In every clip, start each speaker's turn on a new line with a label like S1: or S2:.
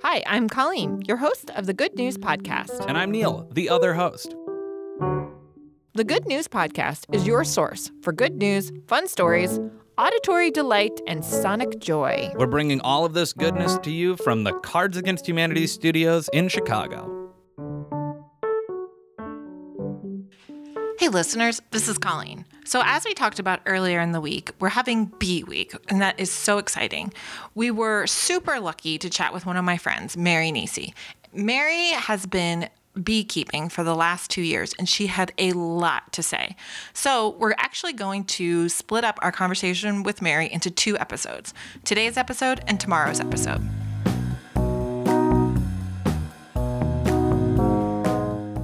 S1: Hi, I'm Colleen, your host of the Good News Podcast.
S2: And I'm Neil, the other host.
S1: The Good News Podcast is your source for good news, fun stories, auditory delight, and sonic joy.
S2: We're bringing all of this goodness to you from the Cards Against Humanity studios in Chicago.
S1: Hey, listeners, this is Colleen. So, as we talked about earlier in the week, we're having Bee Week, and that is so exciting. We were super lucky to chat with one of my friends, Mary Nisi. Mary has been beekeeping for the last two years, and she had a lot to say. So, we're actually going to split up our conversation with Mary into two episodes today's episode and tomorrow's episode.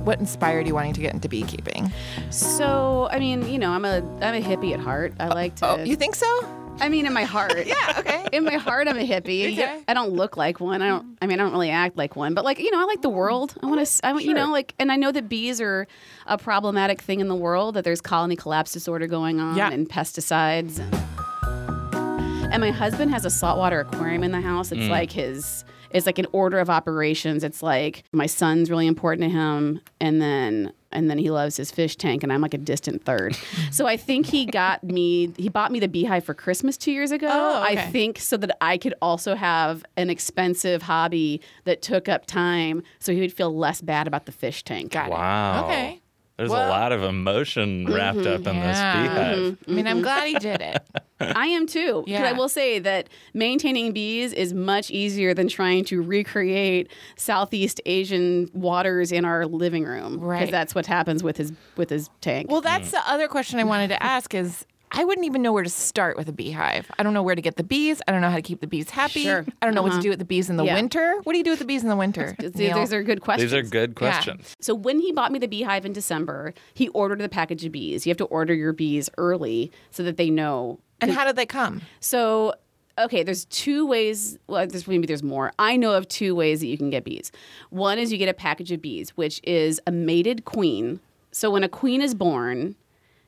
S1: What inspired you wanting to get into beekeeping?
S3: So I mean, you know, I'm a I'm a hippie at heart. I like to.
S1: Oh, you think so?
S3: I mean, in my heart.
S1: Yeah, okay.
S3: In my heart, I'm a hippie.
S1: Okay.
S3: I don't look like one. I don't. I mean, I don't really act like one. But like, you know, I like the world. I want to. I want you know, like, and I know that bees are a problematic thing in the world. That there's colony collapse disorder going on,
S1: Yeah.
S3: and pesticides. And, and my husband has a saltwater aquarium in the house.
S1: Mm.
S3: It's like his. It's like an order of operations. It's like my son's really important to him, and then and then he loves his fish tank, and I'm like a distant third. so I think he got me. He bought me the beehive for Christmas two years ago.
S1: Oh,
S3: I
S1: okay.
S3: think think so that I could also have an expensive hobby that took up time so he would feel less bad about the fish tank.
S1: Got it.
S4: Wow.
S1: Okay.
S4: There's
S1: Well- mm-hmm,
S4: a lot of emotion wrapped up in
S1: Yeah.
S4: this beehive.
S1: I mean,
S3: Mm-hmm.
S1: I'm glad he did it.
S3: I am too. 'Cause
S1: Yeah.
S3: I will say that maintaining bees is much easier than trying to recreate Southeast Asian waters in our living room.
S1: Right.
S3: Because that's what happens with his with his tank.
S1: Well,
S4: Mm.
S1: that's the other question I wanted to ask is I wouldn't even know where to start with a beehive. I don't know where to get the bees. I don't know how to keep the bees happy.
S3: Sure. Uh-huh.
S1: I don't know what to do with the bees in the
S3: Yeah.
S1: winter. What do you do with the bees in the winter?
S3: Th-
S1: Neil?
S3: these are good questions.
S4: These are good questions.
S3: So when he bought me the beehive in December, he ordered the package of bees. You have to order your bees early so that they know
S1: and how did they come?
S3: So, okay, there's two ways. Well, there's maybe there's more. I know of two ways that you can get bees. One is you get a package of bees, which is a mated queen. So when a queen is born,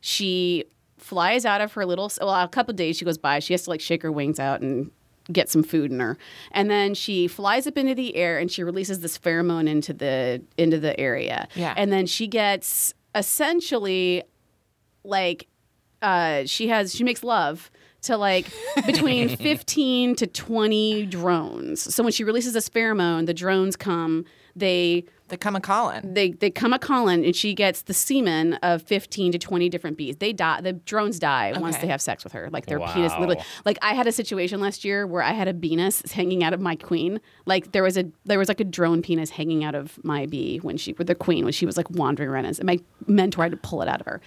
S3: she flies out of her little. Well, a couple days she goes by. She has to like shake her wings out and get some food in her and then she flies up into the air and she releases this pheromone into the into the area
S1: Yeah.
S3: and then she gets essentially like uh, she has she makes love to like between 15 to 20 drones so when she releases this pheromone the drones come they
S1: They come a calling.
S3: they they come a calling and she gets the semen of 15 to 20 different bees they die the drones die once
S1: Okay.
S3: they have sex with her like their penis
S4: Wow.
S3: literally like i had a situation last year where i had a penis hanging out of my queen like there was a there was like a drone penis hanging out of my bee when she with the queen when she was like wandering around and my mentor had to pull it out of her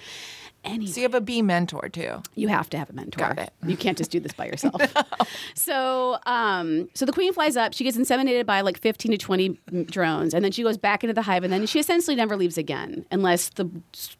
S3: anyway
S1: So you have a bee mentor too.
S3: you have to have a mentor.
S1: Got it.
S3: You can't just do this by yourself. So, um, so the queen flies up. She gets inseminated by like fifteen to twenty m- drones, and then she goes back into the hive, and then she essentially never leaves again, unless the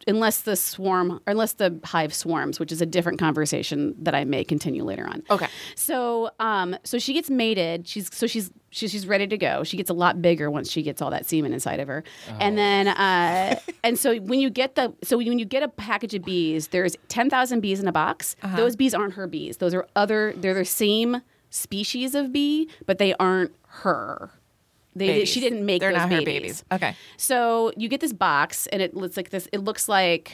S3: unless the swarm or unless the hive swarms, which is a different conversation that I may continue later on.
S1: Okay.
S3: So, um, so she gets mated. She's so she's. She's, she's ready to go. She gets a lot bigger once she gets all that semen inside of her, and then uh, and so when you get the so when you get a package of bees, there's ten thousand bees in a box.
S1: Uh-huh.
S3: Those bees aren't her bees. Those are other. They're the same species of bee, but they aren't her. They did, she
S1: Babies.
S3: didn't make
S1: They're
S3: those
S1: not her
S3: babies.
S1: babies. Okay.
S3: So you get this box, and it looks like this. It looks like,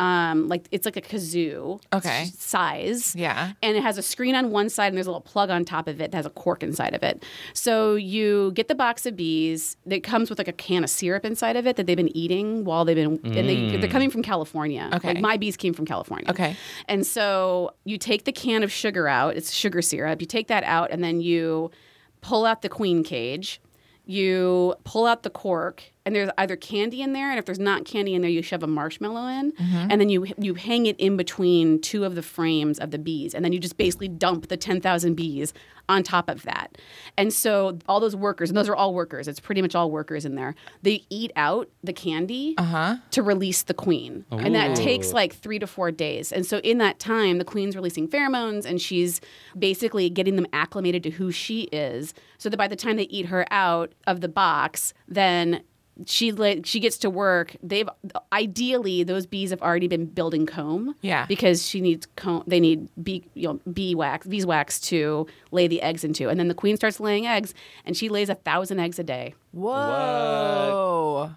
S3: um, like it's like a kazoo.
S1: Okay.
S3: s- Size.
S1: Yeah.
S3: And it has a screen on one side, and there's a little plug on top of it that has a cork inside of it. So you get the box of bees that comes with like a can of syrup inside of it that they've been eating while they've been, and they, they're coming from California.
S1: Mm. Okay.
S3: Like my bees came from California.
S1: Okay.
S3: And so you take the can of sugar out, it's sugar syrup. You take that out and then you pull out the queen cage. You pull out the cork and there's either candy in there and if there's not candy in there you shove a marshmallow in and then you you hang it in between two of the frames of the bees and then you just basically dump the 10,000 bees on top of that. And so all those workers and those are all workers. It's pretty much all workers in there. They eat out the candy to release the queen. And that takes like three to four days. And so in that time, the queen's releasing pheromones and she's basically getting them acclimated to who she is. So that by the time they eat her out of the box, then she like she gets to work. They've ideally those bees have already been building comb.
S1: Yeah.
S3: because she needs comb. They need bee you know bee wax beeswax to lay the eggs into, and then the queen starts laying eggs, and she lays a thousand eggs a day.
S1: Whoa.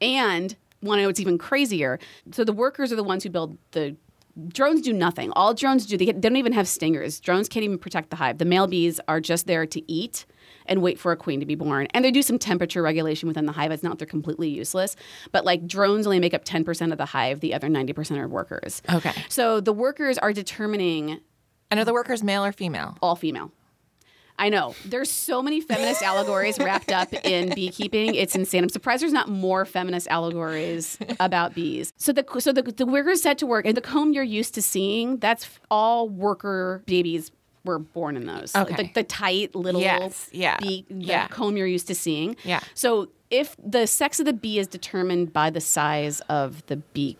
S3: And want to know what's even crazier? So the workers are the ones who build the drones. Do nothing. All drones do they, get, they don't even have stingers. Drones can't even protect the hive. The male bees are just there to eat and wait for a queen to be born. And they do some temperature regulation within the hive. It's not that they're completely useless, but like drones only make up ten percent of the hive. The other ninety percent are workers.
S1: Okay.
S3: So the workers are determining
S1: And are the workers male or female?
S3: all female. I know. There's so many feminist allegories wrapped up in beekeeping. It's insane. I'm surprised there's not more feminist allegories about bees. So the so the, the workers set to work, and the comb you're used to seeing, that's all worker babies were born in those.
S1: Okay.
S3: The, the tight little
S1: Yes, yeah,
S3: bee the
S1: yeah.
S3: comb you're used to seeing.
S1: Yeah.
S3: So if the sex of the bee is determined by the size of the bee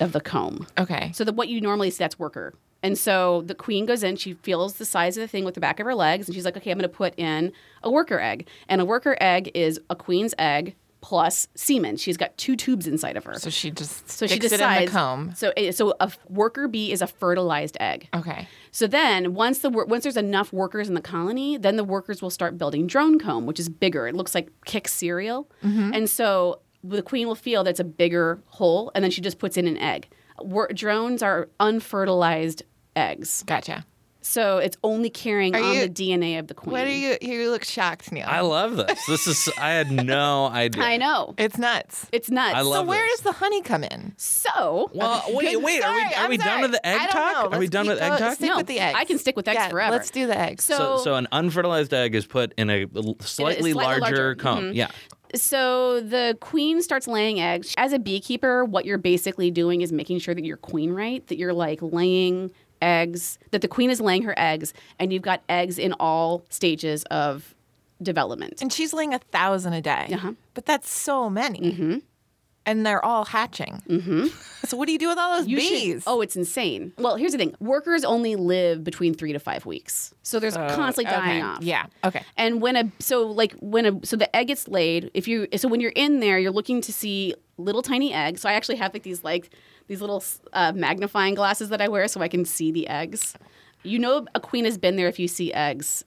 S3: of the comb.
S1: Okay.
S3: So that what you normally see that's worker. And so the queen goes in, she feels the size of the thing with the back of her legs, and she's like, okay, I'm gonna put in a worker egg. And a worker egg is a queen's egg plus semen. She's got two tubes inside of her.
S1: So she just
S3: So
S1: sticks
S3: she
S1: it in
S3: decides.
S1: the comb.
S3: So, eh, so a worker bee is a fertilized egg.
S1: Okay.
S3: So then, once the wor- once there's enough workers in the colony, then the workers will start building drone comb, which is bigger. It looks like kick cereal,
S1: Mm-hmm.
S3: and so the queen will feel that's a bigger hole, and then she just puts in an egg. Wor- drones are unfertilized eggs,
S1: Gotcha.
S3: so it's only carrying on
S1: you-
S3: the DNA of the queen.
S1: What are you? You look shocked, Neil.
S2: I love this. This is I had no idea.
S3: I know
S1: it's nuts.
S3: it's nuts.
S2: I
S1: So
S2: love
S1: where
S2: this.
S1: does the honey come in?
S3: so.
S2: Well, wait, wait. are we,
S1: Sorry,
S2: are
S1: I'm
S2: we done
S1: sorry.
S2: with the egg
S1: I don't
S2: talk?
S1: know.
S2: Are we
S1: Let's
S2: done
S1: keep
S2: with egg
S1: go-
S2: talk?
S1: Stick
S3: No,
S1: with the eggs.
S3: I can stick with eggs
S1: yeah,
S3: forever.
S1: Let's do the eggs.
S3: So-
S2: So, so an unfertilized egg is put in a l- slightly larger, Mm-hmm.
S3: slightly larger,
S2: comb. Yeah.
S3: So the queen starts laying eggs. As a beekeeper, what you're basically doing is making sure that you're queen right, that you're like laying eggs, that the queen is laying her eggs, and you've got eggs in all stages of development.
S1: and she's laying a thousand a day.
S3: Uh-huh.
S1: But that's so many. Mm-hmm. And they're all hatching. Mm-hmm. So what do you do with all those
S3: You should-
S1: bees?
S3: oh, it's insane. Well, here's the thing workers only live between three to five weeks. So there's constantly dying
S1: okay.
S3: off.
S1: Yeah. Okay.
S3: And when a so like when a so the egg gets laid, if you so when you're in there, you're looking to see little tiny eggs. So I actually have like these like these little uh, magnifying glasses that I wear so I can see the eggs. You know, a queen has been there if you see eggs.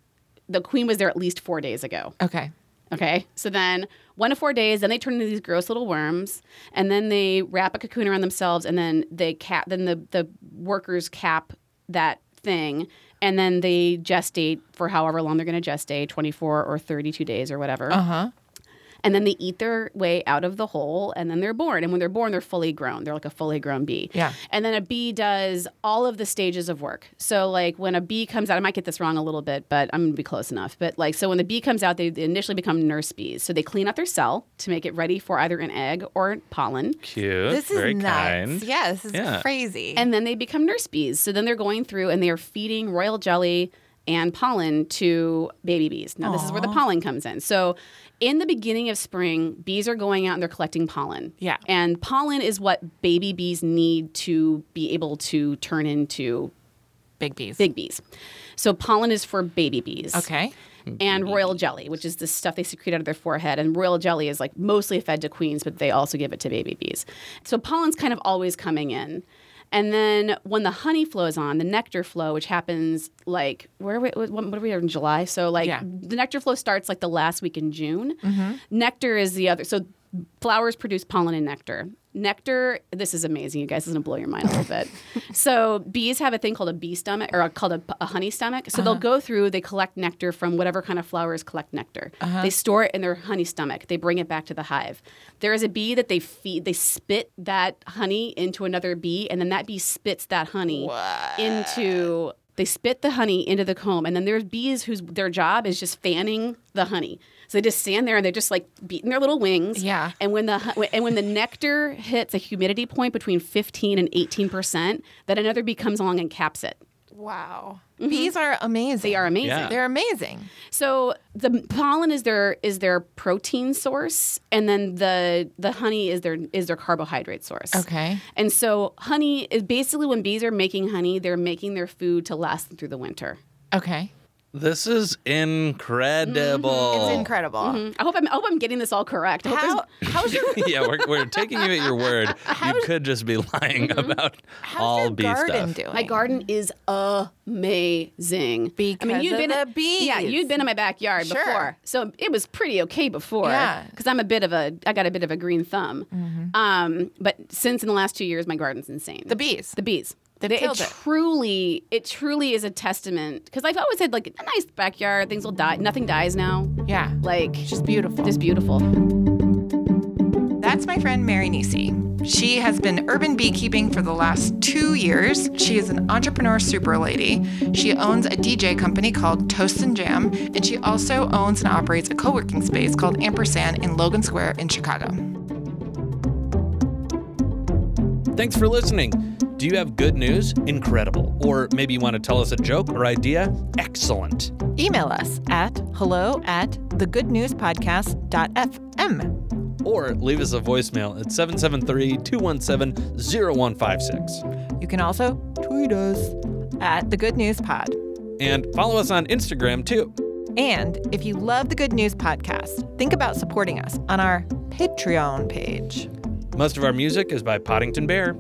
S3: The queen was there at least four days ago.
S1: Okay.
S3: Okay. So then one to four days, then they turn into these gross little worms, and then they wrap a cocoon around themselves, and then they cap, then the, the workers cap that thing, and then they gestate for however long they're going to gestate 24 or 32 days or whatever. Uh huh. And then they eat their way out of the hole, and then they're born. And when they're born, they're fully grown. They're like a fully grown bee.
S1: Yeah.
S3: And then a bee does all of the stages of work. So like when a bee comes out, I might get this wrong a little bit, but I'm gonna be close enough. But like so when the bee comes out, they they initially become nurse bees. So they clean out their cell to make it ready for either an egg or pollen.
S4: Cute.
S1: This is
S4: Very
S1: nuts.
S4: kind.
S1: Yeah, this is
S4: Yeah.
S1: crazy.
S3: And then they become nurse bees. So then they're going through and they are feeding royal jelly and pollen to baby bees. Now, this is where the pollen comes in. So, in the beginning of spring, bees are going out and they're collecting pollen.
S1: Yeah.
S3: And pollen is what baby bees need to be able to turn into
S1: big bees.
S3: big bees. So, pollen is for baby bees
S1: Okay.
S3: and royal jelly, which is the stuff they secrete out of their forehead. And royal jelly is like mostly fed to queens, but they also give it to baby bees. So pollen's kind of always coming in. And then when the honey flows on, the nectar flow, which happens like where are we, what, what are we in July? So like
S1: Yeah.
S3: the nectar flow starts like the last week in June. Nectar is the other. So flowers produce pollen and nectar. Nectar, this is amazing, you guys. This is gonna blow your mind a little bit. so bees have a thing called a bee stomach or called a, a honey stomach. So they'll go through, they collect nectar from whatever kind of flowers collect nectar. They store it in their honey stomach. They bring it back to the hive. There is a bee that they feed, they spit that honey into another bee, and then that bee spits that honey into they spit the honey into the comb, and then there's bees whose their job is just fanning the honey. So they just stand there and they're just like beating their little wings.
S1: Yeah.
S3: And when the hu- and when the nectar hits a humidity point between 15 and 18 percent, then another bee comes along and caps it.
S1: Wow. Bees Mm-hmm. are amazing.
S3: They are amazing.
S4: Yeah.
S1: They're amazing.
S3: So the pollen is their is their protein source, and then the the honey is their is their carbohydrate source.
S1: Okay.
S3: And so honey is basically when bees are making honey, they're making their food to last them through the winter.
S1: Okay.
S4: This is incredible.
S2: Mm-hmm.
S5: It's incredible.
S1: Mm-hmm.
S3: I hope I'm I hope I'm getting this all correct. I hope there's-
S5: How how's your
S4: yeah, we're, we're taking you at your word. you could just be lying
S2: Mm-hmm.
S4: about
S5: how's
S4: all
S5: your
S4: bee
S5: garden
S4: stuff.
S5: doing?
S3: My garden is amazing. I mean,
S5: Oh. Because
S3: you'd
S5: of
S3: been
S5: the bees.
S3: Yeah, you'd been in my backyard
S5: Sure.
S3: before, so it was pretty okay before.
S5: Yeah. Mm-hmm.
S3: because I'm a bit of a I got a bit of a green thumb. Um, but since in the last two years, my garden's insane.
S5: the bees.
S3: the bees.
S5: They
S3: They-
S5: killed
S3: it
S5: it.
S3: truly, it truly is a testament because I've always had like a nice backyard. Things will die. Nothing dies now.
S5: yeah.
S3: Like just
S5: Just beautiful.
S3: just beautiful.
S1: That's my friend Mary Nisi. She has been urban beekeeping for the last two years. She is an entrepreneur super lady. She owns a DJ company called Toast and Jam, and she also owns and operates a co working space called Ampersand in Logan Square in Chicago.
S2: Thanks for listening. Do you have good news? Incredible. Or maybe you want to tell us a joke or idea? Excellent.
S5: Email us at hello at thegoodnewspodcast.fm.
S2: Or leave us a voicemail at 773 217 0156.
S5: You can also tweet us at the Good News Pod.
S2: And follow us on Instagram too.
S5: And if you love the Good News Podcast, think about supporting us on our Patreon page.
S2: Most of our music is by Poddington Bear.